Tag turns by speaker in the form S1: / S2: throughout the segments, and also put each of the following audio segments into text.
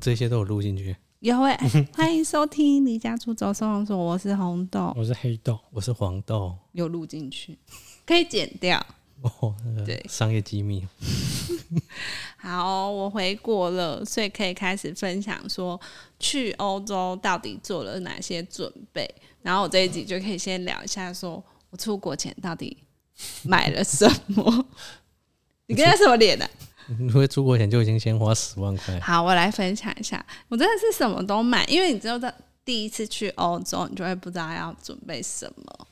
S1: 这些都有录进去。
S2: 有哎、欢迎收听《离家出走收容所》，我是红豆，
S3: 哦我是黑豆，
S1: 我是黄豆，
S2: 有录进去，可以剪掉。
S1: 哦，那个
S2: 对
S1: 商业机密。
S2: 好，我回国了，所以可以开始分享说去欧洲到底做了哪些准备。然后我这一集就可以先聊一下，说我出国前到底买了什么。你跟他什么脸呢、
S1: 因为出国前就已经先花十万块，
S2: 好，我来分享一下，我真的是什么都买，因为你知道在第一次去欧洲，你就会不知道要准备什么。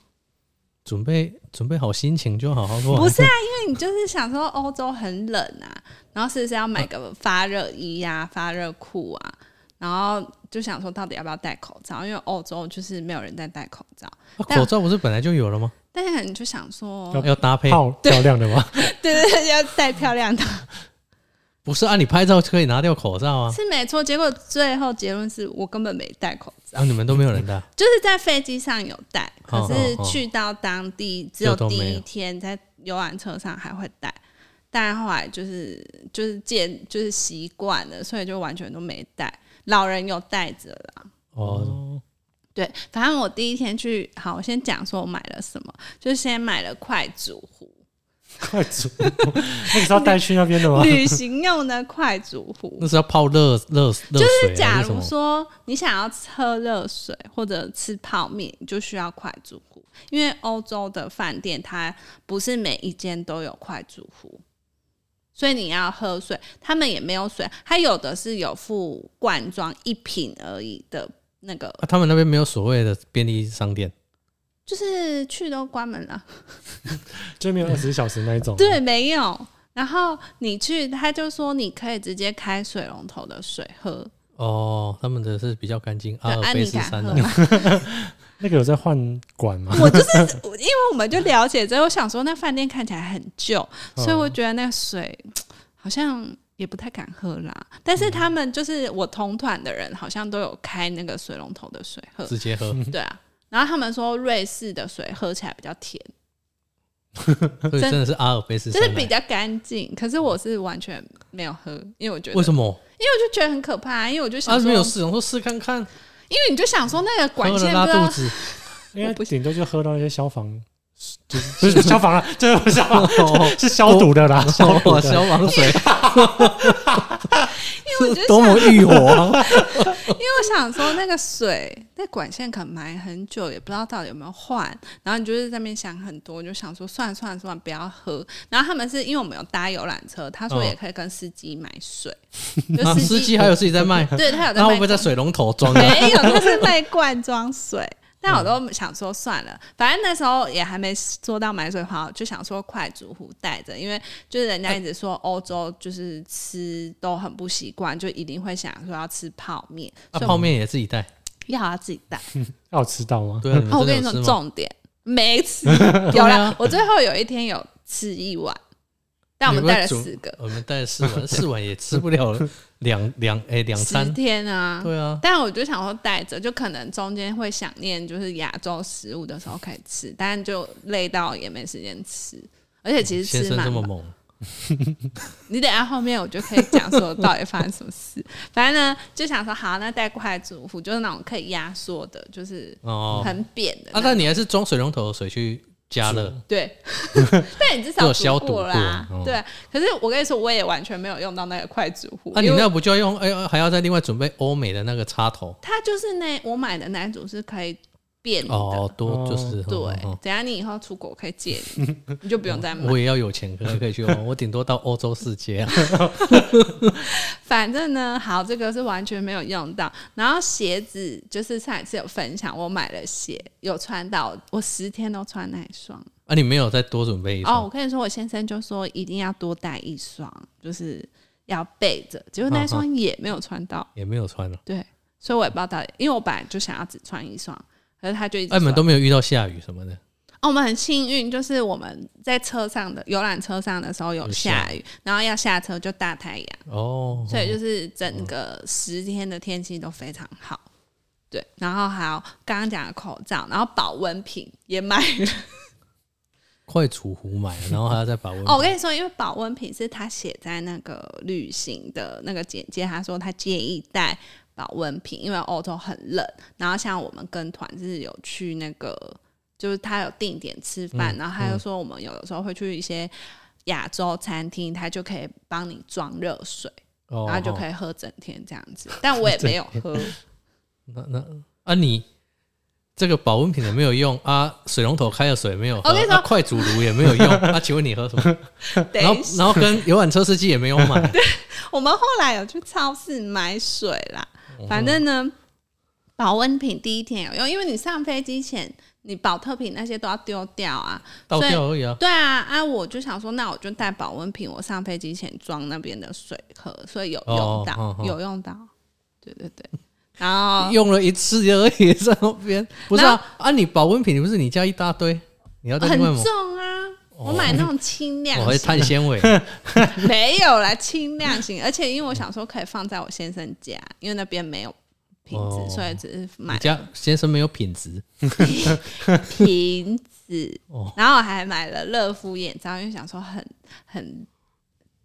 S1: 准备准备好心情就好好过。
S2: 不是啊，因为你就是想说欧洲很冷啊，然后是不是要买个发热衣呀、发热裤啊？然后就想说到底要不要戴口罩，因为欧洲就是没有人在戴口罩，
S1: 啊口罩不是本来就有了吗？
S2: 但是你就想说，
S1: 要搭配，
S3: 泡漂亮的吗？
S2: 对对对，要戴漂亮的，
S1: 不是啊？你拍照可以拿掉口罩啊，
S2: 是没错。结果最后结论是我根本没戴口
S1: 啊
S2: 罩，
S1: 然后你们都没有人戴，
S2: 就是在飞机上有戴，可
S1: 哦
S2: 是
S1: 哦哦
S2: 去到当地只
S1: 就
S2: 有
S1: 都
S2: 第
S1: 没
S2: 一
S1: 有
S2: 天在游览车上还会戴。但后来就是就是见就是习惯了，所以就完全都没戴。老人有戴着啦，
S1: 哦，
S2: 对，反正我第一天去，好，我先讲说我买了什么，就先买了快煮 壶，
S3: 快煮，那个是要带去那边的吗？
S2: 旅行用的快煮壶
S1: 那。是要泡热热热水、啊，
S2: 就是假
S1: 什
S2: 如
S1: 么
S2: 说你想要喝热水或者吃泡面，你就需要快煮壶，因为欧洲的饭店它不是每一间都有快煮壶，所以你要喝水，他们也没有水，它有的是有附罐装一瓶而已的那个，
S1: 啊他们那边没有所谓的便利商店，
S2: 就是去都关门了。
S3: 就没有二十小时那一种。
S2: 对，，没有。然后你去，他就说你可以直接开水龙头的水喝，
S1: 哦，他们的是比较干净，阿
S2: 对
S1: 尔
S2: 安
S1: 卑
S2: 妮
S1: 斯
S2: 敢
S1: 山啊
S2: 喝
S1: 的、
S2: 吗？
S3: 那个有在换管吗？
S2: 我就是我因为我们就了解之后，我想说那饭店看起来很旧，
S1: 嗯
S2: 所以我觉得那个水好像也不太敢喝啦。但是他们就是我同团的人，好像都有开那个水龙头的水喝，
S1: 直接 喝，
S2: 对啊。然后他们说瑞士的水喝起来比较甜，
S1: 所以真的是阿尔卑斯
S2: 就是
S1: 山啊
S2: 比
S1: 的。
S2: 较干净。可是我是完全没有喝，因为我觉得，因
S1: 为
S2: 为
S1: 什么？
S2: 我就觉得很可怕、因为我就
S1: 啊，
S2: 想说，
S1: 没有试，我说试看看，
S2: 因为你就想说那个
S1: 喝
S2: 管
S1: 了
S2: 线
S1: 拉
S2: 不知
S1: 肚
S2: 道
S1: 子，
S3: 因为
S2: 我不
S3: 顶多就喝到一些消防，就是不是消防啊， 这不是消 防，是消毒的啦，消毒
S1: 哦，
S3: 的。
S1: 消防 水，
S2: 因为我就
S1: 多么欲火 啊！
S2: 因为我想说，那个水那管线可能埋很久，也不知道到底有没有换。然后你就是在那边想很多，你就想说算了算了算了，不要喝。然后他们是因为我们有搭游览车，他说
S1: 嗯
S2: 也可以跟司机买 水，
S1: 啊
S2: 就司
S1: 司机还有自己在卖，
S2: 对他有在
S1: 那会
S2: 卖
S1: 不会在水龙头装啊 的？
S2: 没有，他是卖罐装水。但我
S1: 嗯
S2: 都想说算了，反正那时候也还没做到买水好，就想说快煮壶带着，因为就是人
S1: 哎
S2: 家一直说欧洲就是吃都很不习惯，就一定会想说要吃泡面，
S1: 啊，
S2: 所以
S1: 泡面也自己带。
S2: 要他自己带。
S3: 那有吃到吗？
S1: 对啊，你
S2: 啊，我
S1: 们
S2: 跟
S1: 真
S2: 你
S1: 的
S2: 说
S1: 有吃吗？
S2: 重点，没吃，有
S1: 对
S2: 啦
S1: 啊。
S2: 我最后有一天有吃一碗，但我们带了
S1: 你们
S2: 四个，
S1: 我们带了四碗，四碗也吃不 了两两哎两
S2: 十
S1: 餐。
S2: 天啊。
S1: 对啊，
S2: 但我就想说带着，就可能中间会想念就是亚洲食物的时候可以吃，但就累到也没时间吃。而且其
S1: 嗯先
S2: 实吃
S1: 生这
S2: 蛮
S1: 么
S2: 饱，
S1: 猛，
S2: 你等一下后面我就可以讲说到底发生什么事。 反正呢，就想说好，那带快煮壶就是那种可以压缩的，就是
S1: 哦
S2: 很扁的
S1: 啊，
S2: 那
S1: 但
S2: 种
S1: 你还是装水龙头的水去加热，
S2: 对，但你至少
S1: 有消
S2: 煮
S1: 毒
S2: 过啦。
S1: 过哦
S2: 对，啊可是我跟你说，我也完全没有用到那个快煮壶。
S1: 啊，你
S2: 因为
S1: 那不就要用哎呦，还要再另外准备欧美的那个插头
S2: 它就是那我买的那一组是可以变的。
S1: 哦，多
S3: 哦
S1: 就是
S2: 对，
S1: 嗯嗯嗯
S2: 等一下你以后出国可以借你，你就不用再 买
S1: 嗯我。也要有钱，可能可以去玩。我顶多到欧洲世界啊，
S2: 反正呢，好，这个是完全没有用到。然后鞋子就是上一次有分享，我买了鞋，有穿到，我十天都穿那一双。
S1: 啊，你没有再多准备一
S2: 哦，我
S1: 双，
S2: 跟你说，我先生就说一定要多带一双，就是要备着。结果那一双也没有穿到。
S1: 也没有穿了。
S2: 对，所以我也不知道到底，因为我本来就想要只穿一双，可是他就一直
S1: 哎，你们
S2: 说
S1: 都没有遇到下雨什么的，
S2: 哦，我们很幸运，就是我们在车上的游览车上的时候有
S1: 有
S2: 下
S1: 下
S2: 雨，然后要下车就大太阳，
S1: 哦，
S2: 所以就是整个十天的天气都非常好。对，然后还有刚刚讲的口罩，然后保温瓶也买了，
S1: 快煮壶买了，然后还要再保温瓶。
S2: 哦，我跟你说，因为保温瓶是他写在那个旅行的那个简介，他说他建议带保温瓶，因为欧洲很冷。然后像我们跟团是有去那个，就是他有定点吃
S1: 嗯
S2: 饭，然后他就说我们有的时候会去一些亚洲餐厅，他就可以帮你装热水，
S1: 哦，
S2: 然后就可
S1: 以。
S2: 以喝整天这样子。但我也没有 喝，
S1: 那那啊，你这个保温瓶也没有用啊，水龙头开了水没有喝，
S2: 我跟你哦说
S1: 啊快煮炉也没 有用啊，请问你喝什么？
S2: 等
S1: 然后
S2: 一下
S1: 然后跟游览车司机也没有买，
S2: 我们后来有去超市买水啦，
S1: 嗯
S2: 反正呢，保温瓶第一天有用，因为你上飞机前，你保特瓶那些都要丢掉啊。
S1: 倒掉而已啊。
S2: 对啊，啊，我就想说，那我就带保温瓶，我上飞机前装那边的水喝，所以有用
S1: 哦
S2: 到，
S1: 哦哦
S2: 有用到，对对对。然后
S1: 用了一次而已，在那 边不是
S2: 然
S1: 啊啊！你保温瓶你不是你家一大堆，你要再
S2: 很
S1: 另外买，
S2: 重啊，我买那种轻量
S1: 哦我会
S2: 型，
S1: 碳纤维，
S2: 没有啦，轻量型，而且因为我想说可以放在我先生家，因为那边没有瓶子，
S1: 哦
S2: 所以只是买
S1: 你家先生没有品 质，
S2: 瓶子
S1: 哦，
S2: 然后我还买了乐夫眼罩，因为想说很很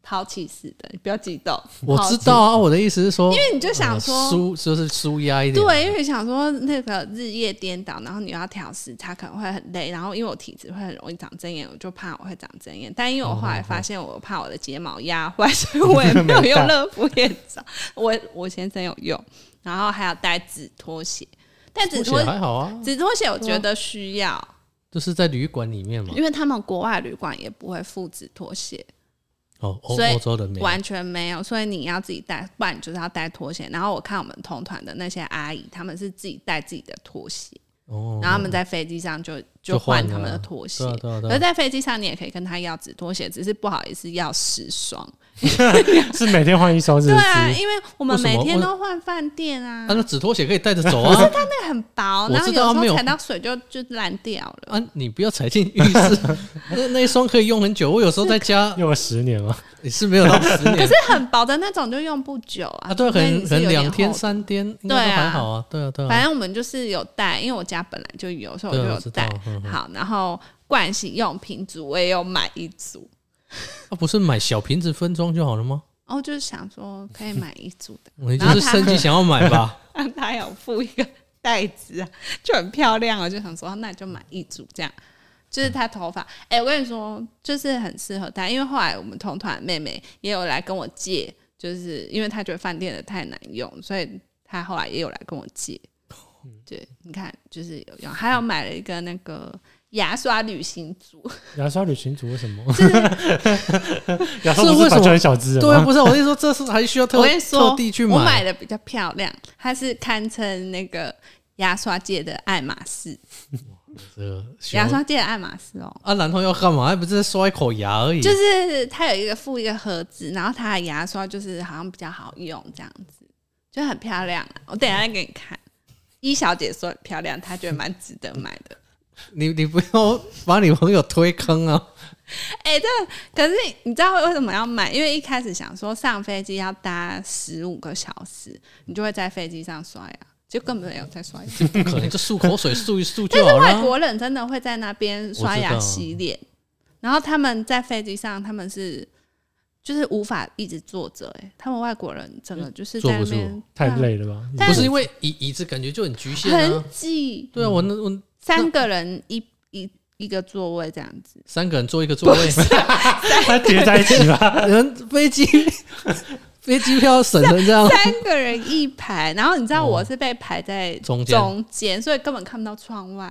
S2: 抛弃式的，你不要激动。
S1: 我
S2: 抛
S1: 知
S2: 弃，
S1: 道啊。我的意思是说，因
S2: 因为你就想说，
S1: 舒就是舒压一点，
S2: 对，因为想说那个日夜颠倒，然后你又要调时差，可能会很累。然后因为我体质会很容易长针眼，我就怕我会长针眼。但因为我后来发现我怕我的睫毛压
S1: 哦
S2: 坏，所以我也没有
S3: 没
S2: 用
S3: 带
S2: 乐福眼罩。我我先生有用，然后还有带纸拖鞋，但纸
S1: 拖
S2: 拖
S1: 鞋还好啊，
S2: 纸拖鞋我觉得需要。
S1: 就是在旅馆里面嘛。
S2: 因为他们国外旅馆也不会附纸拖鞋，
S1: 哦，欧
S2: 所以
S1: 欧洲的没有
S2: 完全没有，所以你要自己带，不然你就是要带拖鞋。然后我看我们同团的那些阿姨，他们是自己带自己的拖鞋，
S1: 哦，
S2: 然后他们在飞机上就
S1: 就换
S2: 换他
S1: 了
S2: 们
S1: 啊
S2: 的拖鞋
S1: 对。啊对啊
S2: 可
S1: 对
S2: 是
S1: 啊，
S2: 在飞机上你也可以跟他要纸拖鞋，只是不好意思要十双。
S3: 是每天换一双，是
S2: 对
S3: 不
S2: 啊，
S3: 是？
S2: 因为我们
S1: 为什
S2: 每
S1: 么
S2: 天
S1: 为
S2: 都换饭店啊
S1: 他，那纸拖鞋可以带着走 啊
S2: 那很薄，
S1: 我
S2: 然后有
S1: 知
S2: 时
S1: 道啊没
S2: 候
S1: 有
S2: 踩到水就就烂掉 了。
S1: 啊！你不要踩进浴室， 那那一双可以用很久。我有时候在家
S3: 用了十年了，
S1: 也是没有到十年
S2: 可是很薄的那种就用不久啊，
S1: 啊，对啊，
S2: 除
S1: 可
S2: 非
S1: 能
S2: 你是
S1: 可能
S2: 有点
S1: 两天
S2: 厚的
S1: 三天应该
S2: 对
S1: 都
S2: 啊
S1: 还好啊，对啊对
S2: 反
S1: 啊，
S2: 正我们就是有带，因为我家本来就有，所以
S1: 对
S2: 就
S1: 啊
S2: 有
S1: 我知道
S2: 带。
S1: 嗯嗯
S2: 好，然后盥洗用品组我也有买一组，
S1: 啊不是买小瓶子分装就好了吗？，
S2: 然后就是想说可以买一组的
S1: 你就
S2: 然后
S1: 是
S2: 他
S1: 趁机想要买吧，
S2: 但他有附一个袋子啊，就很漂亮，我就想说啊那就买一组这样。就是她头发，哎、我跟你说，就是很适合她，因为后来我们同团妹妹也有来跟我借，就是因为她觉得饭店的太难用，所以她后来也有来跟我借。对，你看，就是有用，还有买了一个那个牙刷旅行组，
S3: 牙刷旅行组为什么？ 牙刷不
S1: 是为什
S3: 是本
S1: 么
S3: 就很小只的
S1: 对啊，
S3: 吗？
S1: 不是我跟你说，这是还需要特
S2: 我跟你说，
S1: 特地去
S2: 我
S1: 买
S2: 买的比较漂亮，它是堪称那个牙刷界的爱马仕，
S1: 这个呃需要
S2: 牙刷界的爱马仕哦。
S1: 啊，然后要干嘛？还不是刷一口牙而已，
S2: 就是它有一个附一个盒子，然后它的牙刷就是好像比较好用这样子，就很漂亮、啊。我等一下再给你看。一小姐说很漂亮，她觉得蛮值得买的。
S1: 你你不要 把你朋友推坑啊！
S2: 哎、这可是你知道为什么要买？因为一开始想说上飞机要搭十五个小时，你就会在飞机上刷牙，就根本没有在刷牙。
S1: 不可能就漱口水漱一漱
S2: 但
S1: 就是好
S2: 外
S1: 了。
S2: 国人真的会在那边刷牙洗脸，然后他们在飞机上，他们是就是无法一直坐着，哎，他们外国人真的就是在那
S1: 坐不
S2: 边
S3: 太，累了吧？
S2: 但
S1: 不是因为椅椅子感觉就很局
S2: 对
S1: 限
S2: 啊
S1: 啊
S2: 很。挤，
S1: 对啊，我那我
S2: 三个人一一一个座位这样子，
S1: 三个人坐一个座位，
S3: 它 叠在一起吧？
S1: 人飞机飞机票省成这样，
S2: 三个人一排，然后你知道我是被排在
S1: 哦中间
S2: 中间，所以根本看不到窗外。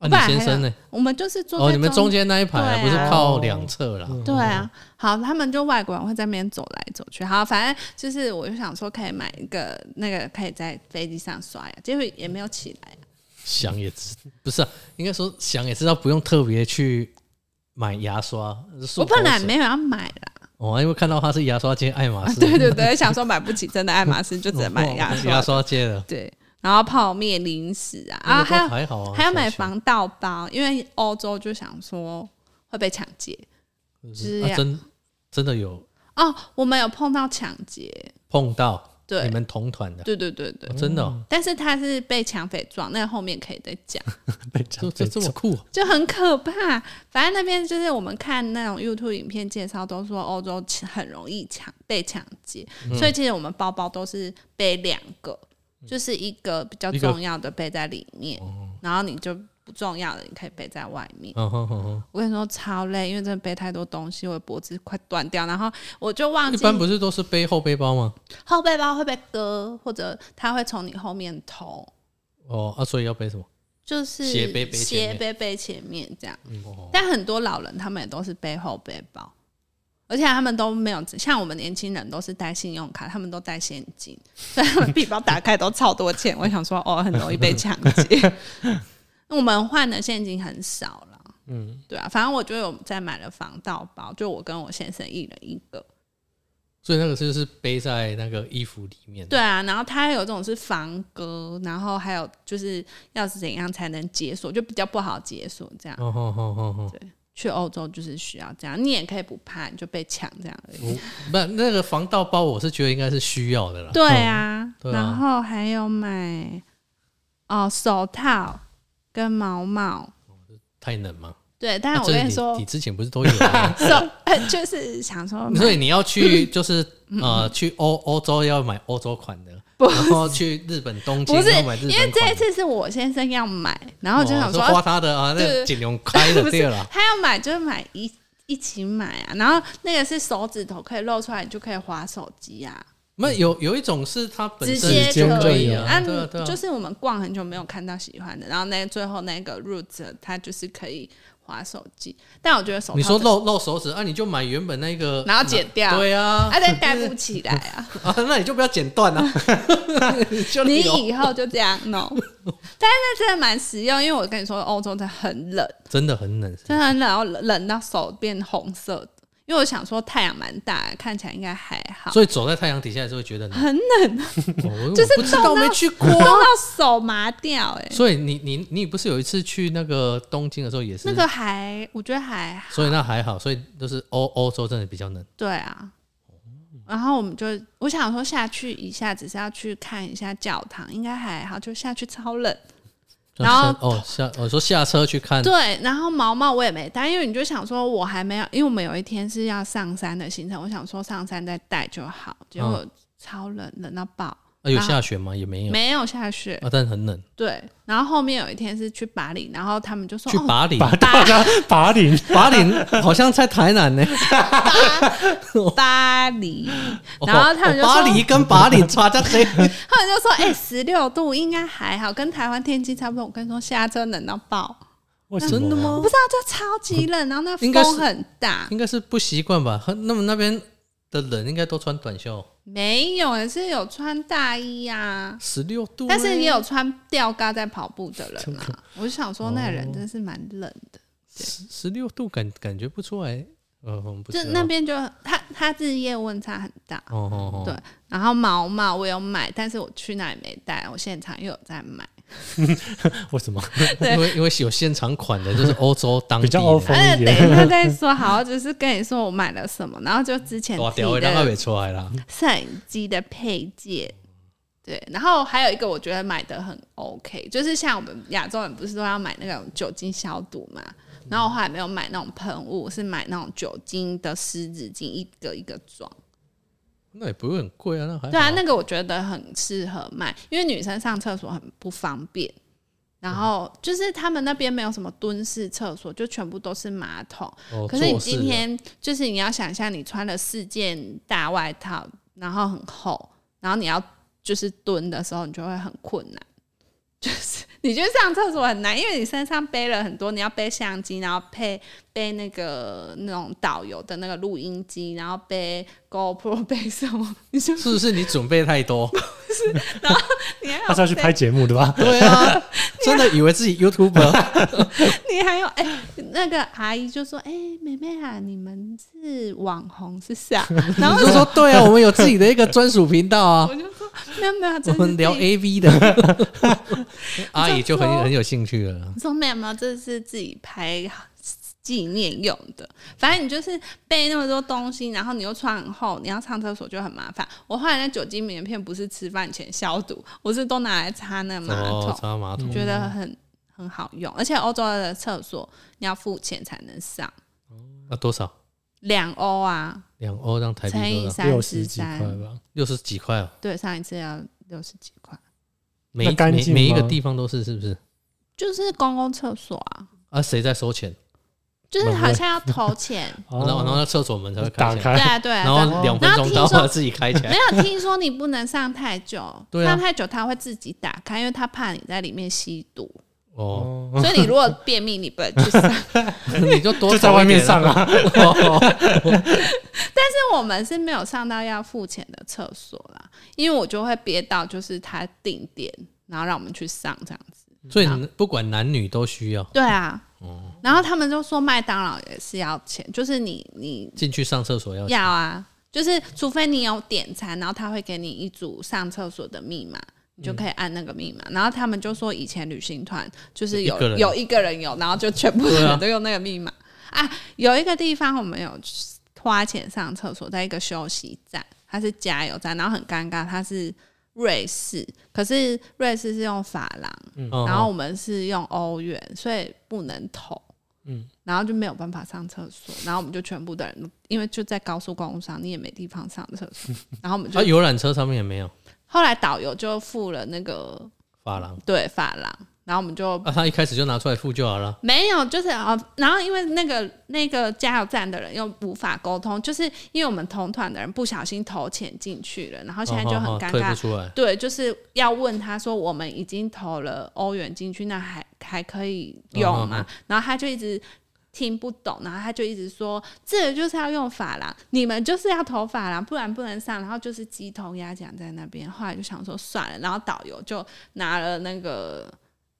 S1: 啊，
S2: 不然
S1: 你先生呢？
S2: 还有我们就是坐
S1: 哦，
S2: 在
S1: 你们中
S2: 间。
S1: 间那一排啊
S2: 对啊
S1: 不是靠两侧啦。
S2: 对啊，好，他们就外国人会在那边走来走去。好，反正就是，我就想说可以买一个那个可以在飞机上刷牙，结果也没有起来。
S1: 想也知不是啊，应该说想也知道不用特别去买牙刷。漱
S2: 我
S1: 口
S2: 本来
S1: 水
S2: 没有要买啦，
S1: 哦，因为看到他是牙刷街爱马仕，
S2: 对对对，想说买不起真的爱马仕，就只能买牙
S1: 哦
S2: 刷。
S1: 牙刷街的
S2: 对，然后泡面、零食 啊，啊，还
S1: 那个都
S2: 有
S1: 还好啊，
S2: 还要买
S1: 小钱
S2: 防盗包，因为欧洲就想说会被抢劫
S1: 就
S2: 这
S1: 是啊
S2: 样
S1: 真真的有
S2: 哦。我们有碰到抢劫，
S1: 碰到你
S2: 对
S1: 们同团的，
S2: 对对对对
S1: 哦，真的哦
S2: 但是他是被抢匪撞，那后面可以再讲，
S3: 被
S1: 这
S3: 抢
S1: 这这么酷哦，
S2: 就很可怕。反正那边就是我们看那种 YouTube 影片介绍，都说欧洲很容易抢被抢劫，
S1: 嗯
S2: 所以其实我们包包都是背两个，就是一个比较
S1: 一个哦
S2: 重要的背在里面，然后你就不重要的你可以背在外面。
S1: 嗯哼哼哼，
S2: 我跟你说超累，因为真的背太多东西，我的脖子快断掉，然后我就忘
S1: 一
S2: 记
S1: 般不是都是背后背包吗？
S2: 后背包会被割，或者他会从你后面偷，
S1: 哦啊，所以要背什么？
S2: 就是
S1: 斜背背前面
S2: 斜背背前面这样。
S1: 哦，
S2: 但很多老人他们也都是背后背包，而且他们都没有像我们年轻人都是带信用卡，他们都带现金， 所以他们皮包打开都超多钱。我想说，哦，很容易被抢劫。 我们换的现金很少了，
S3: 嗯，
S2: 对啊，反正我就有在买了防盗包，就我跟我先生一人一个。
S1: 所以那个就是背在那个衣服里面的。
S2: 对啊，然后它还有这种是防割，然后还有就是要是怎样才能解锁，就比较不好解锁这样。
S1: 哦吼吼吼吼！
S2: 去欧洲就是需要这样，你也可以不怕，你就被抢这样而已。
S1: 不，那个防盗包我是觉得应该是需要的啦。
S2: 对啊，
S1: 对啊
S2: 然后还有买哦手套跟毛毛，
S1: 太冷吗？
S2: 对，但
S1: 啊
S2: 我
S1: 这
S2: 跟
S1: 你
S2: 你说
S1: 你，之前不是都有 吗？
S2: 手呃就是想说买
S1: 所以你要去就是
S2: 嗯
S1: 呃去欧欧洲要买欧洲款的，然后去日本东京
S2: 不是
S1: 要买日
S2: 因为
S1: 本款
S2: 这
S1: 的。
S2: 次是我先生要买，然后就想说、
S1: 哦是花他的啊，
S2: 对
S1: 那
S2: 对
S1: 锦龙开的
S2: 不是
S1: 对了，
S2: 他要买就是买一一起买啊，然后那个是手指头可以露出来，你就可以划手机啊，
S1: 那有有一种是他本
S2: 直
S1: 身
S2: 接
S3: 直接
S1: 可
S2: 可
S1: 以
S2: 以嗯
S1: 啊对啊对啊
S2: 就是我们逛很久没有看到喜欢的，然后那最后那个 Roots 它就是可以划手机，但我觉得手套
S1: 你说
S2: 真的
S1: 露露手指啊，你就买原本那个，
S2: 然后剪掉
S1: 对啊，
S2: 啊，再戴不起来啊！
S1: 啊，那你就不要剪断 啊， 你就
S2: 你
S1: 留
S2: 以后就这样弄，但是那真的蛮实用，因为我跟你说，欧洲真的很冷，
S1: 真的很冷，
S2: 真的很冷，然后冷冷到手变红色的。因为我想说太阳蛮大，看起来应该还好，
S1: 所以走在太阳底下也是会觉得冷，哦
S2: 很冷，啊
S1: 我
S2: 就是
S1: 我不知道
S2: 冻
S1: 没
S2: 到
S1: 去过。
S2: 冻到手麻掉哎、
S1: 所以你你你不是有一次去那个东京的时候也是
S2: 那个还我觉得还好，
S1: 所以那还好，所以就是欧欧洲真的比较冷。
S2: 对啊。然后我们就我想说下去一下，只是要去看一下教堂，应该还好，就下去超冷。然后
S1: 哦下我说下车去 看，
S2: 对，然后毛毛我也没带，因为你就想说，我还没有，因为我们有一天是要上山的行程，我想说上山再带就好，结果超冷，冷到爆，
S1: 啊有下雪吗？也没有
S2: 没有下雪。
S1: 啊，但很冷。
S2: 对，然后后面有一天是去巴黎，然后他们就说
S1: 去
S2: 哦，
S1: 巴黎，
S3: 把大家把领
S1: 巴黎好像在台南呢。
S2: 巴黎，然后他们就
S1: 哦
S2: 说
S1: 巴黎跟巴黎差在这，
S2: 他们就说哎，十、六度应该还好，跟台湾天气差不多。我跟你说，下车冷到爆，
S3: 为什么啊
S1: 真的？吗
S2: 我不？知道，就超级冷，然后那
S1: 哦应该是
S2: 风很大，
S1: 应该是不习惯吧？那么那边的人应该都穿短袖，
S2: 没有，也是有穿大衣啊。
S1: 十六度欸，
S2: 但是也有穿吊嘎在跑步的人啊。我就想说，那个
S1: 哦
S2: 人真是蛮冷的，
S1: 十六度感感觉不出来。呃，我们不知
S2: 就
S1: 道
S2: 那边就他他日夜温差很大。
S1: 哦哦哦，
S2: 对然后毛毛我有买，但是我去那里没带，我现场又有在买。
S3: 为什么？
S2: 对
S1: 因为因为有现场款的，就是欧洲当地
S3: 比较欧风
S1: 哎
S2: 但是
S3: 一
S2: 哎等
S3: 点，
S2: 一下再说，好，就是跟你说我买了什么，然后就之前
S1: 哇，
S2: 自
S1: 屌
S2: 己
S1: 欸，让他
S2: 的
S1: 尾出来啦。
S2: 摄影机的配件。对，然后还有一个我觉得买的很 OK，就是像我们亚洲人不是都要买那种酒精消毒嘛，然后我后来没有买那种喷雾，是买那种酒精的湿纸巾，一个一个装。
S1: 那也不会很贵啊，那还
S2: 对啊，
S1: 好
S2: 那个我觉得很适合卖，因为女生上厕所很不方便。然后就是他们那边没有什么蹲式厕所，就全部都是马桶。
S1: 哦
S2: 可是你
S1: 做事
S2: 今
S1: 的
S2: 天就是你要想象，你穿了四件大外套，然后很厚，然后你要就是蹲的时候，你就会很困难。 就是你去上厕所很难，因为你身上背了很多，你要背相机，然后背背那个那种导游的那个录音机，然后背 GoPro 背什么，你就是
S1: 不是你准备太 多？
S2: 你还
S3: 他是要
S2: 有
S3: 去拍节目 的吧？
S1: 对啊，真的以为自己 YouTuber
S2: 你还有哎、那个阿姨就说：“哎、妹妹啊，你们是网红 是啥？”然后
S1: 就说对啊，我们有自己的一个专属频道啊
S2: 我，就说：“没有没有，这
S1: 我
S2: 是
S1: 们聊
S2: 自己
S1: AV 的，阿姨就
S2: 我就
S1: 很
S2: 说
S1: 很有兴趣了。
S2: 我说没有没有，这是自己拍纪念用的。反正你就是备那么多东西，然后你又穿很厚，你要上厕所就很麻烦。我后来那酒精棉片不是吃饭前消毒，我是都拿来擦那个马桶嗯
S1: 哦，，擦马桶，
S2: 觉得很很好用。而且欧洲的厕所你要付钱才能上，
S1: 那多少？
S2: 两欧啊，
S1: 两欧让台币
S2: 乘以
S1: 多少？
S2: 三
S3: 六
S2: 十
S3: 十几块
S2: 三，
S3: 吧，
S1: 六十几块哦，
S2: 对，上一次要六十几块，
S1: 每
S3: 那干
S1: 每
S3: 净
S1: 每一个
S3: 吗
S1: 地方都是是不是？
S2: 就是公共厕所啊，
S1: 啊，谁在收钱？
S2: 就是好像要 投钱，
S3: 哦
S1: 然后然后那厕所门才会
S3: 打
S1: 开起来，
S2: 对
S3: 开，
S2: 啊对啊，
S1: 然后两分钟
S2: 然
S1: 到
S2: 后听说
S1: 了自己开起来
S2: 没。有听说你不能上太久，
S1: 对啊
S2: 上太久他会自己打开，因为他怕你在里面吸 毒，
S1: 哦，
S3: 哦，
S2: 所以你如果便秘，你不能去上。但
S1: 你就多
S3: 就在
S1: 投一
S3: 外面
S1: 点
S3: 上啊。
S1: 哦
S2: 是我们是没有上到要付钱的厕所啦，因为我就会憋到就是他定点，然后让我们去上这样子。
S1: 所以不管男女都需要
S2: 对啊，然后他们就说麦当劳也是要钱，就是你你
S1: 进去上厕所要
S2: 要啊，就是除非你有点餐，然后他会给你一组上厕所的密码。
S1: 嗯
S2: 你就可以按那个密码，然后他们就说以前旅行团就是有
S1: 一个人
S2: 有一个人有，然后就全部
S1: 对啊
S2: 人都用那个密码啊有一个地方我们有花钱上厕所，在一个休息站，它是加油站，然后很尴尬，它是瑞士，可是瑞士是用法郎，
S1: 哦
S2: 然后我们是用欧元，所以不能投，
S3: 嗯
S2: 然后就没有办法上厕所，然后我们就全部的人，因为就在高速公路上，你也没地方上厕 所，然后我们就、
S1: 啊，游览车上面也没有
S2: 后来导游就付了那个
S1: 发廊
S2: 对发廊，然后我们就、
S1: 啊，他一开始就拿出来付就好了。
S2: 没有，就是啊、哦然后因为那个那个加油站的人又无法沟通，就是因为我们同团的人不小心投钱进去了，然后现在就很
S1: 哦哦
S2: 尴
S1: 退
S2: 尬
S1: 不，出来。
S2: 对，就是要问他说，我们已经投了欧元进去，那还还可以用吗？
S1: 嗯嗯
S2: 然后他就一直听不懂，然后他就一直说，这个就是要用法郎，你们就是要投法郎，不然不能上。然后就是鸡同鸭讲在那边，后来就想说算了，然后导游就拿了那个。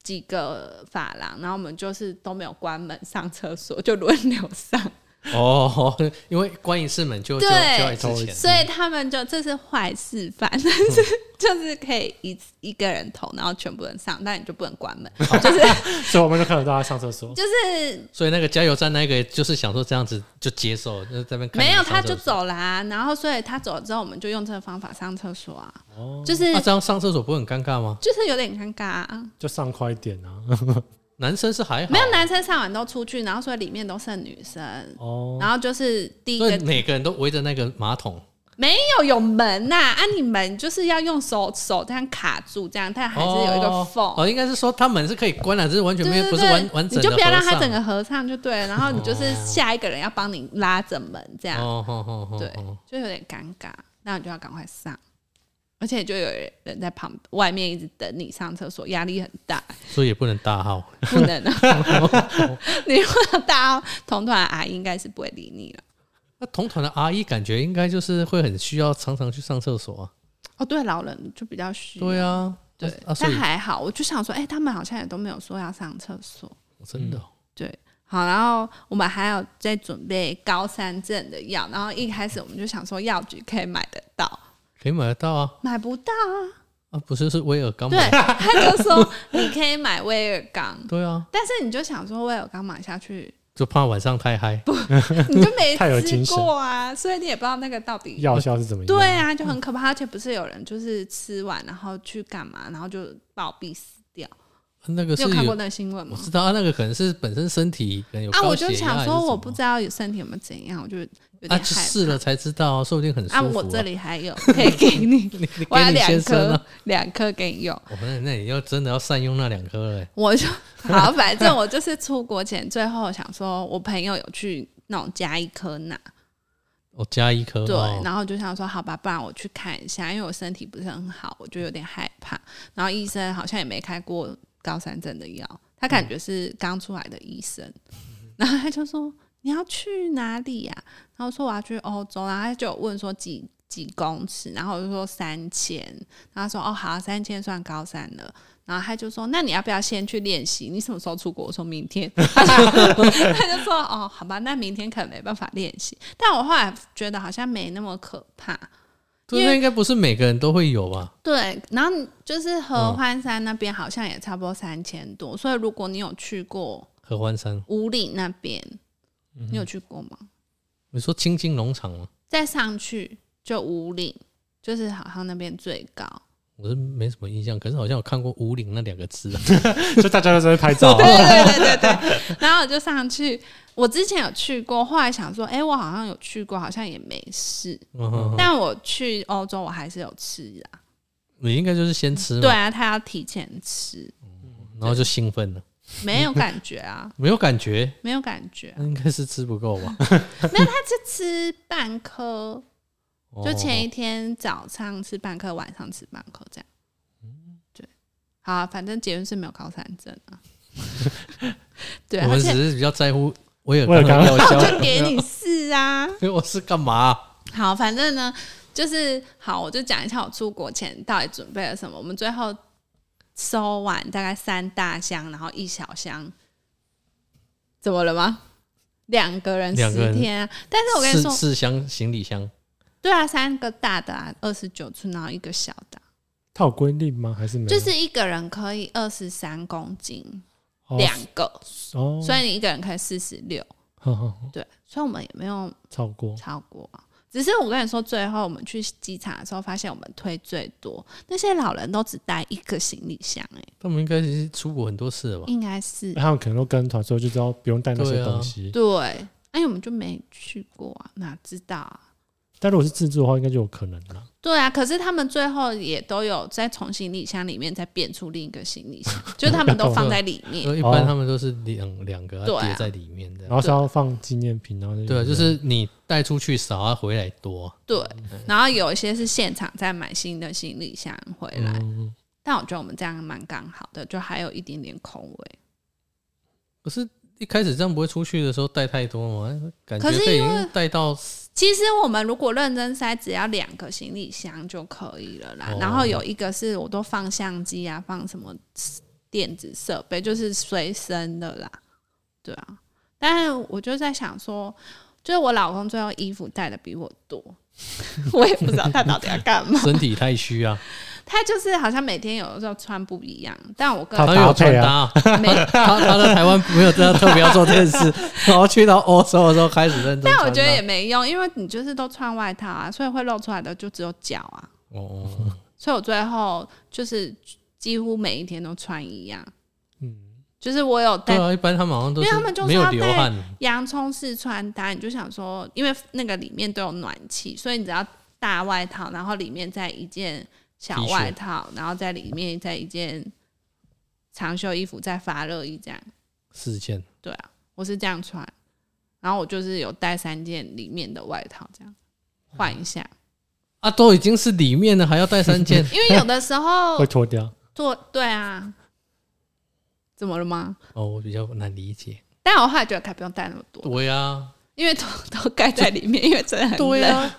S2: 几个法郎，然后我们就是都没有关门上厕所，就轮流上。
S1: 哦，因为关一次门就就就
S2: 对
S1: 要一嗯次钱。
S2: 所以他们就这是坏示范，但是就是可以一次一个人投，然后全部人上，但你就不能关门，
S1: 哦
S2: 就是
S3: 哦所以我们就看得到他上厕所。
S2: 就是
S1: 所以那个加油站那个就是想说这样子就接受，就是在那边看
S2: 没有
S1: 你上
S2: 他就
S1: 厕所。
S2: 走啦、然后所以他走了之后，我们就用这个方法上厕所啊，就是、
S1: 那、这样上厕所不会很尴尬吗？
S2: 就是有点尴尬、啊，
S3: 就上快一点啊！
S1: 男生是还好，
S2: 没有男生上完都出去，然后所以里面都剩女生，
S3: 哦，
S2: 然后就是第一
S1: 所以
S2: 个
S1: 每个人都围着那个马桶。
S2: 没有有门呐、啊，你门就是要用手手这样卡住，这样但还是有一个缝
S1: 哦。哦，应该是说他门是可以关的，只是完全
S2: 对
S1: 没有
S2: 对
S1: 不是
S2: 对
S1: 完完整的啊
S2: 你就不要让
S1: 合
S2: 它
S1: 上
S2: 整个合唱就对了。然后你就是下一个人要帮你拉着门，这样、
S1: 哦哦哦哦，
S2: 对
S1: 哦，
S2: 就有点尴尬。那你就要赶快上，而且就有人在旁外面一直等你上厕所，压力很大，
S1: 所以也不能大号。
S2: 不能、啊。 你如果大家同团的阿姨应该是不会理你了。
S1: 那同团的阿姨感觉应该就是会很需要常常去上厕所啊。
S2: 哦，对，老人就比较虚。
S1: 对啊，
S2: 对，
S1: 啊，所
S2: 但
S1: 以
S2: 还好，我就想说，哎、他们好像也都没有说要上厕所。
S1: 真的哦
S2: 对，好，然后我们还有在准备高山症的药，然后一开始我们就想说药局可以买得到，
S1: 可以买得到啊
S2: 买不到啊。
S1: 啊，不是是威尔刚
S2: 对
S1: 买，
S2: 他就说你可以买威尔刚，
S1: 对啊，
S2: 但是你就想说威尔刚买下去，
S1: 就怕晚上太嗨。
S2: 你就没
S3: 太有
S2: 吃
S3: 精神
S2: 过啊，所以你也不知道那个到底。
S3: 药效是怎么样？
S2: 对，啊，就
S1: 嗯
S2: 很可怕，而且不是有人就是吃完然后去干嘛，然后就暴毙死掉。
S1: 那个
S2: 你
S1: 是
S2: 有看过
S1: 有
S2: 那个新闻
S1: 我
S2: 吗？
S1: 知道啊，那个可能是本身身体可能有
S2: 啊，
S1: 高
S2: 我
S1: 血
S2: 就
S1: 压还
S2: 想
S1: 是
S2: 说，
S1: 什
S2: 我
S1: 么
S2: 不知道有身体有没有怎样，我就有点害
S1: 啊，
S2: 怕。
S1: 去试了才知道啊，说不定很舒服
S2: 啊，
S1: 啊。，
S2: 我这里还有，可以给你
S1: 你你
S2: 我
S1: 给
S2: 有
S1: 你
S2: 两
S1: 先生
S2: 颗
S1: 啊，，
S2: 两颗给你用。
S1: 我那那你要真的要善用那两颗欸嘞。
S2: 我就好，反正我就是出国前最后想说，我朋友有去那种加一颗钠，
S1: 我加一颗，
S2: 对，
S1: 哦
S2: 然后就想说好吧，不然我去看一下，因为我身体不是很好，我就有点害怕。然后医生好像也没开过高山症的药，他感觉是刚出来的医生，然后他就说你要去哪里呀、然后说我要去欧洲，然后他就有问说几几公尺，然后我就说三千，然后他说哦好啊，三千算高山了。然后他就说：“那你要不要先去练习？你什么时候出国？”我说明天。 他就 他就说：“哦，好吧，那明天可能没办法练习。”但我后来觉得好像没那么可怕。
S1: 对，
S2: 因为
S1: 那应该不是每个人都会有吧？
S2: 对，然后就是合欢山那边好像也差不多三千多，所以如果你有去过
S1: 合欢山
S2: 五岭那边，你有去过吗？
S1: 你说清境农场啊吗？
S2: 再上去就五岭，就是好像那边最高。
S1: 我是没什么印象，可是好像有看过“五岭”那两个字 啊。
S3: 就大家都在拍照啊
S2: 对对对对对。然后我就上去，我之前有去过，后来想说，哎、我好像有去过，好像也没事。
S1: 嗯哼哼
S2: 但我去欧洲，我还是有吃啊。
S1: 你应该就是先吃嘛，
S2: 对啊，他要提前吃，
S1: 然后就兴奋了，
S2: 没有感觉啊，
S1: 没有感觉，
S2: 没有感觉、啊。
S1: 那应该是吃不够吧？
S2: 就吃半颗，
S1: 哦
S2: 就前一天早上吃半颗，晚上吃半颗这样。对，好啊、反正结论是没有高山症 啊。对，
S1: 哦我
S2: 而
S1: 们只
S2: 且哦
S1: 是比较在乎威尔
S3: 威尔
S1: 刚
S3: 刚
S1: 的药效，
S2: 就给你试啊。
S1: 没有，我是干嘛？啊
S2: 好，反正呢，就是好，我就讲一下我出国前到底准备了什么。我们最后收完大概三大箱，然后一小箱，怎么了吗？两个人
S1: 两个
S2: 十
S1: 人
S2: 天、啊，但是我跟你
S1: 四
S2: 说，
S1: 四箱行李箱，
S2: 对啊，三个大的啊，二十九寸，然后一个小的啊，
S3: 他有规定吗？还是没有？
S2: 就是一个人可以二十三公斤，
S3: 哦
S2: 两个，
S3: 哦，
S2: 所以你一个人可以四十六，
S3: 好好好
S2: 对，所以我们也没有
S3: 超过
S2: 超过啊。只是我跟你说，最后我们去机场的时候，发现我们推最多，那些老人都只带一个行李箱、欸，
S1: 他们应该是出国很多次了吧？
S2: 应该是
S3: 他们可能都跟团，所以就知道不用带那些东
S1: 啊
S3: 西。
S2: 对。哎，我们就没去过啊，哪知道啊？
S3: 但如果是自助的话，应该就有可能了。
S2: 对啊，可是他们最后也都有再从行李箱里面再变出另一个行 李箱，就是他们都放在里面。
S1: 所以一般他们都是两两个
S2: 对
S1: 啊
S2: 啊
S1: 叠在里面的
S3: 哦然。后是要放纪念品，然后
S1: 对啊，就是你带出去少，啊，回来多啊。
S2: 对，然后有一些是现场再买新的行李箱回来，
S3: 嗯
S2: 但我觉得我们这样蛮刚好的，就还有一点点空位。
S1: 可是，一开始这样不会出去的时候带太多嘛？感觉
S2: 可是
S1: 可以
S2: 因为
S1: 带到
S2: 其实我们如果认真塞，只要两个行李箱就可以了啦。
S1: 哦
S2: 然后有一个是我都放相机啊，放什么电子设备，就是随身的啦。对啊，但是我就在想说，就是我老公最后衣服带的比我多， 我也不知道他到底要干嘛。
S1: 身体太虚 啊，
S2: 他就是好像每天有的时候穿不一样，但我跟
S3: 他
S1: 他有
S3: 搭配
S1: 穿
S3: 啊
S1: 搭啊，
S2: 没
S1: 他他在台湾没有这样特别要做这件事，然后去到欧洲的时候开始认真穿
S2: 但
S1: 搭。
S2: 啊我觉得也没用，因为你就是都穿外套啊，所以会露出来的就只有脚啊。
S1: 哦哦，哦
S2: 所以我最后就是几乎每一天都穿一样，
S3: 嗯，
S2: 就是我有
S1: 对
S2: 带
S1: 啊，一般他们好像都
S2: 因为他们就是
S1: 没有
S2: 要
S1: 流
S2: 带
S1: 汗，
S2: 洋葱式穿搭，你就想说，因为那个里面都有暖气，所以你只要大外套，然后里面再一件小
S1: T 恤
S2: 外套，然后在里面再一件长袖衣服，再发热衣这样。
S1: 四件
S2: 对啊，我是这样穿，然后我就是有带三件里面的外套这样换一下，
S1: 啊，都已经是里面了，还要带三件
S2: 因为有的时候
S3: 会脱掉。
S2: 做对啊，怎么了吗？
S1: 哦，我比较难理解。
S2: 但我后来觉得可以不用带那么多，
S1: 对啊，
S2: 因为都都盖在里面，因为真的很冷。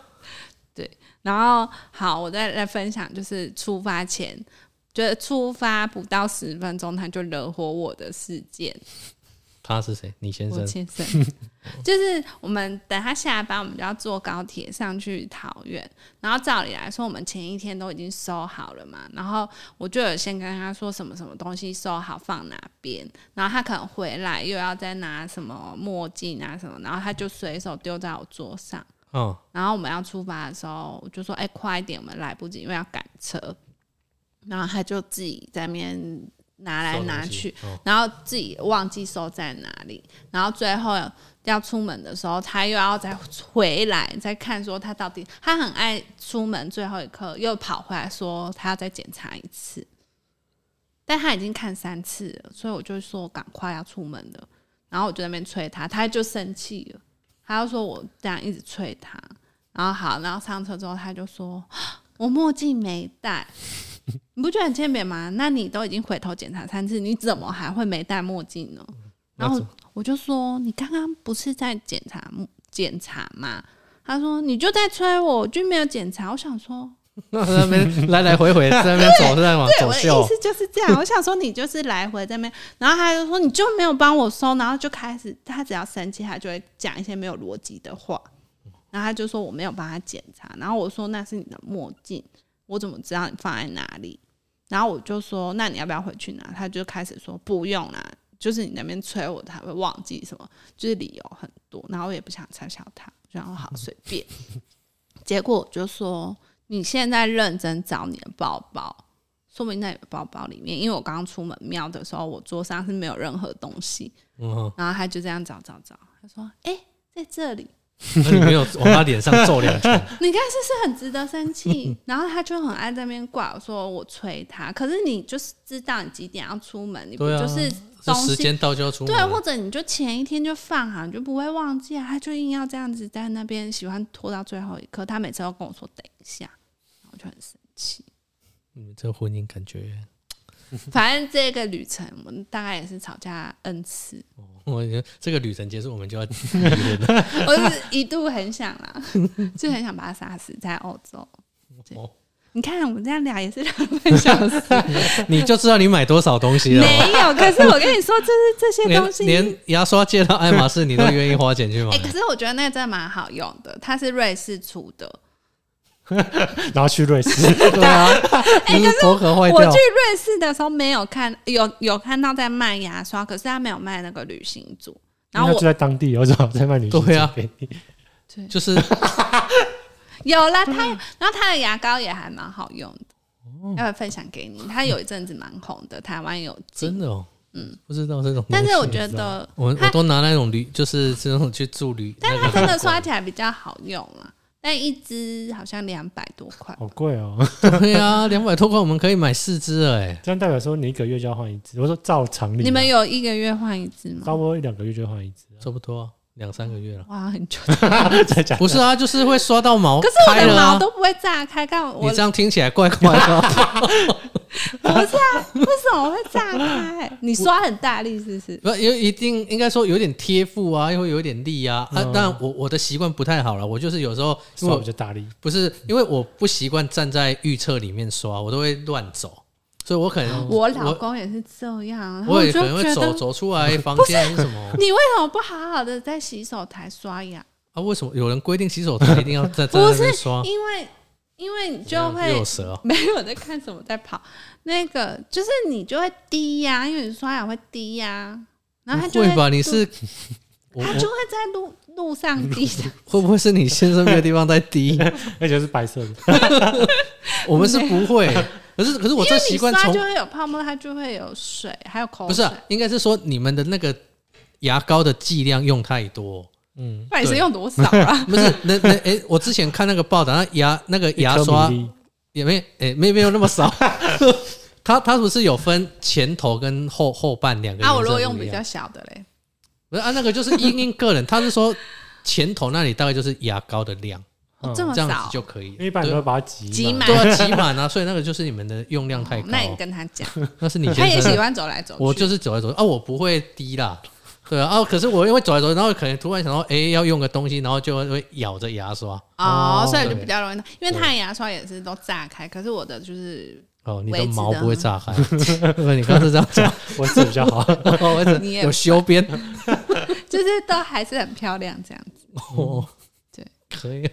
S1: 对啊，
S2: 然后好，我再来分享，就是出发前，觉得出发不到十分钟，他就惹火我的事件。
S1: 他是谁？你先
S2: 我
S1: 生
S2: 先生， 就是我们等他下班，我们就要坐高铁上去桃园。然后照理来说，我们前一天都已经收好了嘛。然后我就有先跟他说什么什么东西收好放哪边，然后他可能回来又要再拿什么墨镜啊什么，然后他就随手丢在我桌上。
S1: 嗯，
S2: 然后我们要出发的时候，我就说：“哎、快一点，我们来不及，因为要赶车。”然后他就自己在那边拿来
S1: 收东
S2: 拿
S1: 西
S2: 去，
S1: 哦
S2: 然后自己忘记收在哪里。然后最后要出门的时候，他又要再回来再看，说他到底他很爱出门最后一刻又跑回来说他要再检查一次。但他已经看三次了，所以我就说赶快要出门了。然后我就在那边催他，他就生气了。他就说我这样一直催他，然后好，然后上车之后他就说我墨镜没戴，你不觉得很欠扁吗？那你都已经回头检查三次，你怎么还会没戴墨镜呢？然后我就说你刚刚不是在检查墨检查吗？他说你就在催我，我就没有检查。我想说，
S1: 那在那边来来回回在那边走，在那边往
S2: 对
S1: 走
S2: 我的意
S1: 秀，
S2: 思就是这样。我想说你就是来回在那边，然后他就说你就没有帮我收，然后就开始他只要生气，他就会讲一些没有逻辑的话。然后他就说我没有帮他检查，然后我说那是你的墨镜，我怎么知道你放在哪里？然后我就说那你要不要回去拿？他就开始说不用啦，就是你那边催我，他会忘记什么，就是理由很多，然后我也不想嘲笑他，然后好随便。结果我就说，你现在认真找你的包包，说明在你的包包里面，因为我刚刚出门瞄的时候，我桌上是没有任何东西，
S1: 嗯，
S2: 然后他就这样找找找，他说：“哎、在这里。”
S1: 那你没有往他脸上揍两 拳，
S2: 你看，是不是很值得 生气？然后他就很爱在那边挂，我说我催他，可是你就是知道你几点要出门，你不
S1: 对啊
S2: 就是
S1: 这
S2: 东
S1: 时
S2: 西
S1: 间到就要出门
S2: 对，啊或
S1: 了，
S2: 者你就前一天就放好，你就不会忘记啊。他就硬要这样子在那边喜欢拖到最后一刻，他每次都跟我说等一下，然后我就很生气。
S1: 你们这婚姻感觉，
S2: 反正这个旅程我们大概也是吵架 n 次，
S1: 哦我觉得这个旅程结束，我们就 要离婚了。
S2: 我就是一度很想啦，就很想把他杀死在欧洲。
S1: 哦
S2: 你看我们这样聊也是两个小时，
S1: 你就知道你买多少东西了。
S2: 没有。可是我跟你说，就是这些
S1: 连
S2: 东西
S1: 连牙刷借到爱马仕，你都愿意花钱去买
S2: 哎、？可是我觉得那个真的蛮好用的，它是瑞士出的。
S3: 然后去瑞士，
S1: 对啊，你是头壳坏
S2: 哎我
S1: 掉
S2: 去。瑞士的时候没有看，有有看到在卖牙刷，可是他没有卖那个旅行组。然后
S3: 那就
S2: 我
S3: 在当地有什么在卖旅行？
S1: 对啊，
S2: 对
S1: 就是
S2: 有啦，他然后他的牙膏也还蛮好用的，要不要分享给你？他有一阵子蛮红的，台湾有
S1: 真
S2: 进，
S1: 的哦，
S2: 嗯
S1: 嗯，不知道这种东西。
S2: 但是我觉
S3: 不知
S2: 得
S1: 我我
S2: 他，
S1: 都拿那种驴，就是这种去住驴。
S2: 但
S1: 那
S2: 他
S1: 个
S2: 真的刷起来比较好用啦。但一支好像两百多块，
S3: 好贵哦。
S1: 对啊，两百多块我们可以买四只了哎。
S3: 这样代表说你一个月就要换一只。我说照常理啊，
S2: 你们有一个月换一支
S3: 差
S2: 吗？。
S3: 不多一两个月就换一 只，
S1: 差不多啊两三个月了
S2: 哇，很久。
S3: 再讲
S1: 不是啊，就是会刷到毛，
S2: 可是我
S1: 开
S2: 的
S1: 了
S2: 毛
S1: 啊。
S2: 都不会炸开，但
S1: 你
S2: 我
S1: 这样听起来怪怪的，
S2: 不是啊，为什么会炸开？你刷很大力是不是？
S1: 不有一定应该说有点贴附啊，又会有点力啊啊
S3: 嗯！
S1: 但我我的习惯不太好了，我就是有时候因为
S3: 刷
S1: 我
S3: 我就大力，
S1: 不是因为我不习惯站在预测里面刷，我都会乱走，所以我可能
S2: 我老公也是这样，啊然后
S1: 我也
S2: 就
S1: 可能会
S2: 觉
S1: 走
S2: 得
S1: 走出来房间还是什么
S2: 你为什么不好好的在洗手台刷牙？
S1: 啊？为什么有人规定洗手台一定要在 在
S2: 不
S1: 那
S2: 是
S1: 边刷？
S2: 因为因为你
S1: 怎
S2: 就
S1: 样又
S2: 会
S1: 啊有蛇哦，
S2: 没有在看什么在跑，那个就是你就会滴呀、因为你刷牙会滴呀、然后他
S1: 不
S2: 就
S1: 会
S2: 会嗯
S1: 吧？你是我
S2: 他
S1: 我
S2: 就会在路路上滴的，
S1: 会不会是你先生别的地方在滴？
S3: 而且是白色的，
S1: 我们是不会，可是可是我这习
S2: 你
S1: 惯
S2: 刷
S1: 从
S2: 就会有泡沫，它就会有水，还有口水。
S1: 不是、啊，应该是说你们的那个牙膏的剂量用太多。
S3: 嗯，
S2: 不然你是用多少啊？
S1: 不是，那那诶，我之前看那个报道，那牙那个牙
S3: 一颗
S1: 刷
S3: 米粒
S1: 也没诶，没没有那么少。 它它不是有分前头跟后后半两个颜
S2: 啊，
S1: 色
S2: 我
S1: 不一样？
S2: 如果用比较小的嘞，
S1: 不是啊，那个就是因应个人，他是说前头那里大概就是牙膏的量，
S2: 哦
S3: 嗯
S2: 这么
S1: 这样
S2: 少
S1: 子，就可以
S3: 因
S1: 了。
S3: 为一般人都会把它挤
S2: 挤
S3: 满
S2: 满
S1: 对啊， 挤满啊，所以那个就是你们的用量太
S2: 哦
S1: 高
S2: 那，你跟他讲，
S1: 那是你
S2: 他
S1: 先
S2: 也喜
S1: 生。
S2: 欢走来走去。
S1: 我就是走来走去啊，我不会滴啦，对啊，啊，可是我因为走来走去，然后可能突然想到，哎、要用个东西，然后就会咬着牙刷。
S2: 哦
S3: 哦，
S2: 所以就
S1: 对
S2: 比较容易拿，因为他的牙刷也是都炸开，可是我的就是
S1: 哦，你
S2: 为
S1: 的
S2: 止
S1: 毛
S2: 的
S1: 不会炸开， 不是你刚刚是这样讲，
S3: 我是比较好，
S1: 哦我一直
S2: 你也
S1: 有修边，
S2: 嗯就是都还是很漂亮这样子。
S1: 哦，
S2: 对，
S1: 可以。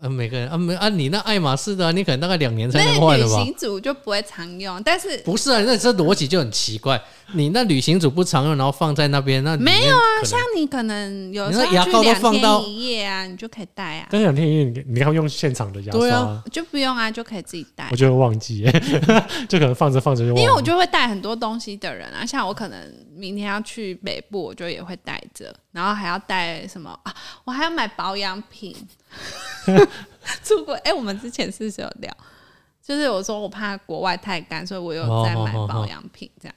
S1: 啊，每个人啊，没啊，你那爱马仕的、啊，你可能大概两年才能
S2: 那
S1: 换
S2: 旅
S1: 了吧？
S2: 行组就不会常用，但是
S1: 不是啊，那这逻辑就很奇怪。你那旅行组不常用，然后放在那边，那
S2: 没
S1: 有啊，
S2: 像你可能有
S1: 你
S2: 时
S1: 那
S2: 候
S1: 牙
S2: 去
S1: 膏都
S2: 两
S1: 放到
S2: 天一夜啊，你就可以带啊，
S3: 但是两天一夜，你你看他们用现场的牙
S1: 对
S3: 刷
S1: 啊
S3: 啊，
S2: 就不用啊，就可以自己带
S3: 我。就会忘记， 就可能放着放着就
S2: 因为我
S3: 忘了。
S2: 就会带很多东西的人啊，像我可能明天要去北部，我就也会带着，然后还要带什么啊？我还要买保养品。 出国哎、我们之前是不是有聊？就是我说我怕国外太干，所以我有
S1: 哦
S2: 在买保养品，这样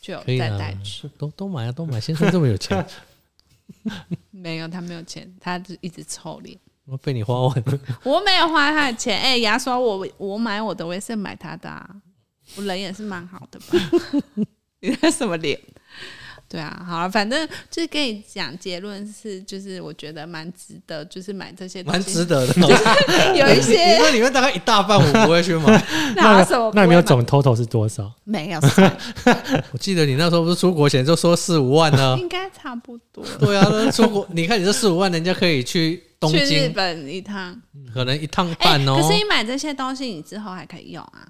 S2: 就
S1: 可以
S2: 有再
S1: 啊
S2: 带去。，
S1: 都都买啊，都买。先生这么有钱，
S2: 没有，他没有钱，他就一直臭脸。
S1: 我被你花完了。
S2: 我没有花他的钱，哎、牙刷我我买我的，我也是买他的、啊，我人也是蛮好的吧？你那什么脸？对啊，好了，反正就是跟你讲，结论是，就是我觉得蛮值得，就是买这些东西，
S1: 蛮值得 的，
S2: 有一些
S1: 因为里面大概一大半我不会去买。
S2: 那有什么
S3: 个那有没有
S2: 不会买
S3: 总 total 是多少？
S2: 没有算，
S1: 我记得你那时候不是出国前就说四五万 呢？
S2: 应该差不多。
S1: 对啊，那出国你看你这四五万，人家可以去东
S2: 去日
S1: 京，
S2: 本一趟，
S1: 可能一趟
S2: 哎、
S1: 半哦
S2: 可。是你买这些东西，你之后还可以用啊。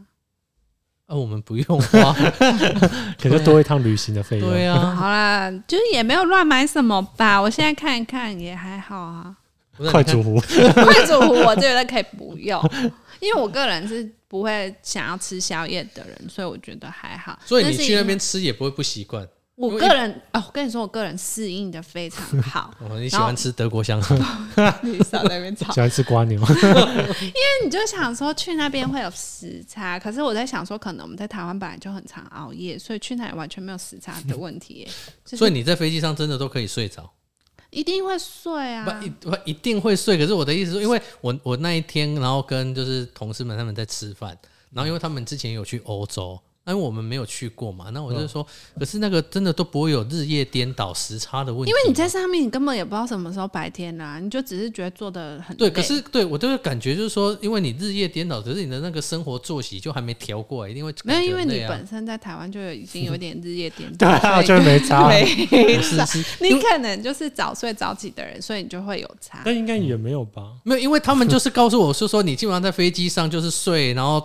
S1: 啊，我们不用 花，
S3: 可能就多一趟旅行的费用。
S1: 啊对啊，
S2: 好啦，就是也没有乱买什么吧。我现在看一看也还好啊。
S1: 不是
S3: 快，
S1: 你
S3: 煮
S1: 看
S3: 壶，
S2: 快煮壶我觉得可以不用，因为我个人是不会想要吃宵夜的人，所以我觉得还好。
S1: 所以
S2: 但
S1: 你
S2: 是
S1: 去那边吃也不会不习惯。。
S2: 我个人哦，我跟你说，我个人适应的非常好
S1: 哦，你喜欢吃德国香 肠，
S2: 你少在那边吵，
S3: 喜欢吃 瓜牛，
S2: 你就想说去那边会有时差，可是我在想说，可能我们在台湾本来就很常熬夜，所以去那里完全没有时差的问题 耶、就是
S1: 所以你在飞机上真的都可以睡着。
S2: 一定会睡啊
S1: 不。一不一定会睡，可是我的意思是，因为我我那一天，然后跟就是同事们他们在吃饭，然后因为他们之前有去欧洲，因为我们没有去过嘛，那我就说，可是那个真的都不会有日夜颠倒时差的问题，
S2: 因为你在上面，你根本也不知道什么时候白天啦、你就只是觉得做的很
S1: 对，
S2: 累
S1: 可是对我就是感觉就是说，因为你日夜颠倒，可是你的那个生活作息就还没调过来，一定会感觉
S2: 没有，因为
S1: 累
S2: 你
S1: 啊
S2: 本身在台湾就有已经有点日夜颠倒，
S3: 对啊，
S2: 所
S3: 就
S2: 以
S3: 没 差。
S2: 没
S1: 是
S2: 差。
S1: 是
S2: 你可能就是早睡早起的人，所以你就会有差。
S3: 但应该也没有吧？
S1: 没有，因为他们就是告诉我是说，你基本上在飞机上就是睡，然后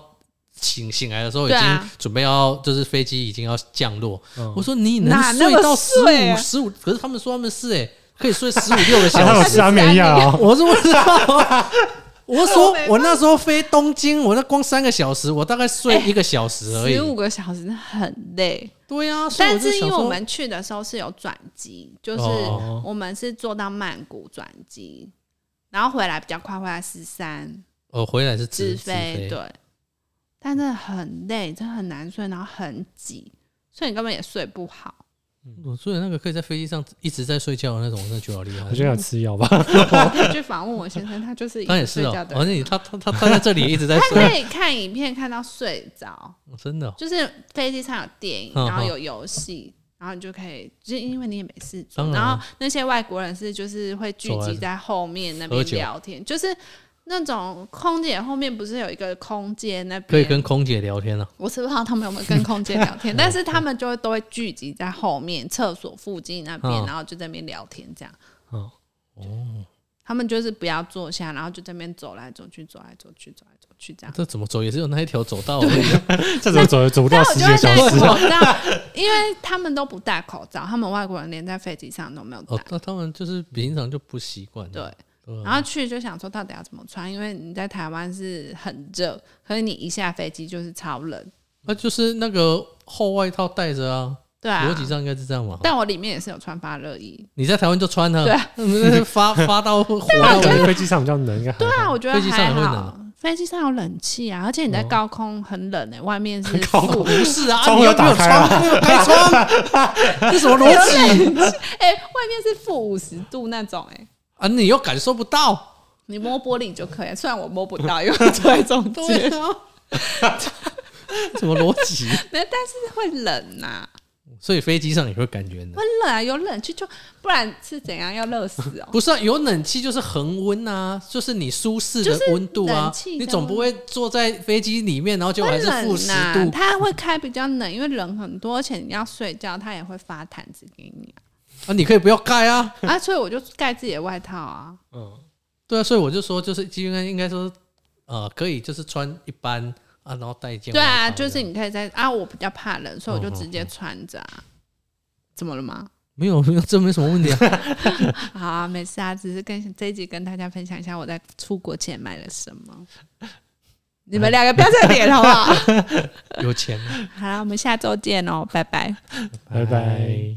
S1: 醒醒来的时候已
S2: 对
S1: 经
S2: 啊
S1: 准备要，就是飞机已经要降落。
S3: 嗯
S1: 我说你能
S2: 哪那
S1: 睡
S2: 么
S1: 到十
S2: 睡
S1: 五
S2: 啊
S1: 十五，可是他们说他们是哎、可以睡十五六个
S3: 啊他
S1: 小
S3: 有
S1: 时
S3: 吃。安眠药哦，
S1: 我说我知道啊，我说
S2: 我 没办法
S1: 我那时候飞东京，我那光三个小时，我大概睡一个小时而已。
S2: 哎十五个小时很累，
S1: 对啊，所以
S2: 但
S1: 就是
S2: 因
S1: 想
S2: 为
S1: 说
S2: 我们去的时候是有转机，就是
S1: 哦
S2: 我们是坐到曼谷转机，然后回来比较快，回来十三
S1: 哦回来是直
S2: 直
S1: 直
S2: 飞，
S1: 飞，
S2: 对。但是很累，真的很难睡，然后很挤，所以你根本也睡不 好。
S1: 我哦所以那个可以在飞机上一直在睡觉的那种，我真的觉得好厉害
S3: 我。觉得要吃药吧。
S2: 我去访问我先生，他就是一
S1: 他也
S2: 个
S1: 是
S2: 睡
S1: 哦
S2: 觉，的
S1: 反
S2: 人，
S1: 正你他他他他在这里也一直在
S2: 他
S1: 睡，
S2: 可以看影片看到睡着，
S1: 真的哦。
S2: 就是飞机上有电影，
S1: 嗯
S2: 然后有游戏。然后你就可以，就是因为你也没事做
S1: 当，然
S2: 然后那些外国人是就是会聚
S1: 走来
S2: 集在后面那边
S1: 喝酒
S2: 聊天，就是那种空姐后面不是有一个空姐那边，
S1: 可以跟空姐聊天啊，
S2: 我是不知道他们有没有跟空姐聊 天，但是他们就会都会聚集在后面厕所附近那边
S1: 嗯，
S2: 然后就在那边聊天这样。
S3: 嗯
S2: 他们就是不要坐下，然后就在那边走来走去，走来走去，走来走去这样。
S1: 这怎么走也是有那一条走道而已啊。
S3: 这怎么走也走不到
S2: 但我
S3: 十
S2: 就会
S3: 几个小
S2: 戴
S3: 时
S2: 口。罩，因为他们都不戴口罩，他们外国人连在飞机上都没有戴。
S1: 哦，那他们就是平常就不习惯。
S2: 对，
S1: 对
S2: 然
S1: 啊，
S2: 后去就想说到底要怎么穿，因为你在台湾是很热，可是你一下飞机就是超冷，
S1: 那就是那个厚外套带着啊，
S2: 对啊
S1: 逻。辑上应该是这样嘛。
S2: 但我里面也是有穿发热衣，
S1: 你在台湾就穿它
S2: 对，
S1: 嗯 发发到火
S3: 那
S1: 到
S3: 可能飞机上比较冷，应该还好
S2: 对啊，我觉得
S1: 飞机上也
S2: 还
S1: 会冷
S2: 好。飞机上有冷气啊，而且你在高空很冷诶、欸外面
S1: 哦
S2: 是
S3: 高空
S2: 负
S1: 不是啊，
S3: 窗户
S1: 你又
S3: 要
S1: 没有
S3: 打开啊
S1: 窗，没有开窗，这什么逻辑
S2: 哎、外面是负五十度那种哎、
S1: 啊？你又感受不到，
S2: 你摸玻璃就可以，虽然我摸不到，因为我坐在中
S1: 对
S2: 间，
S1: 啊， 什么逻辑？
S2: 没有但是会冷呐、
S1: 啊所以飞机上也会感觉冷
S2: 会。冷啊，有冷气就不然是怎样要热死哦。
S1: 不是、啊、有冷气就是恒温啊，就是你舒适的温度
S2: 就是
S1: 啊
S2: 冷，气的
S1: 你总不会坐在飞机里面，然后结果还是负
S2: 会
S1: 十
S2: 冷啊
S1: 度，
S2: 它会开比较冷，因为人很多，而且你要睡觉，它也会发毯子给你啊。
S1: 啊，你可以不要盖啊。
S2: 啊，所以我就盖自己的外套啊。
S3: 嗯，
S1: 对啊，所以我就说，就是应该应该说，呃，可以就是穿一般啊，然后带一件
S2: 对
S1: 外套这
S2: 啊，
S1: 样。哦
S2: 就是你可以在啊，我比较怕冷，所以我就直接穿着啊。怎么了吗？
S1: 没有没有，这没什么问题 啊。
S2: 好啊，没事啊，只是跟这一集跟大家分享一下我在出国前买了什么。你们两个不要再脸好 不好？
S1: 有钱啊。
S2: 好了，我们下周见哦，拜拜。
S3: 拜拜。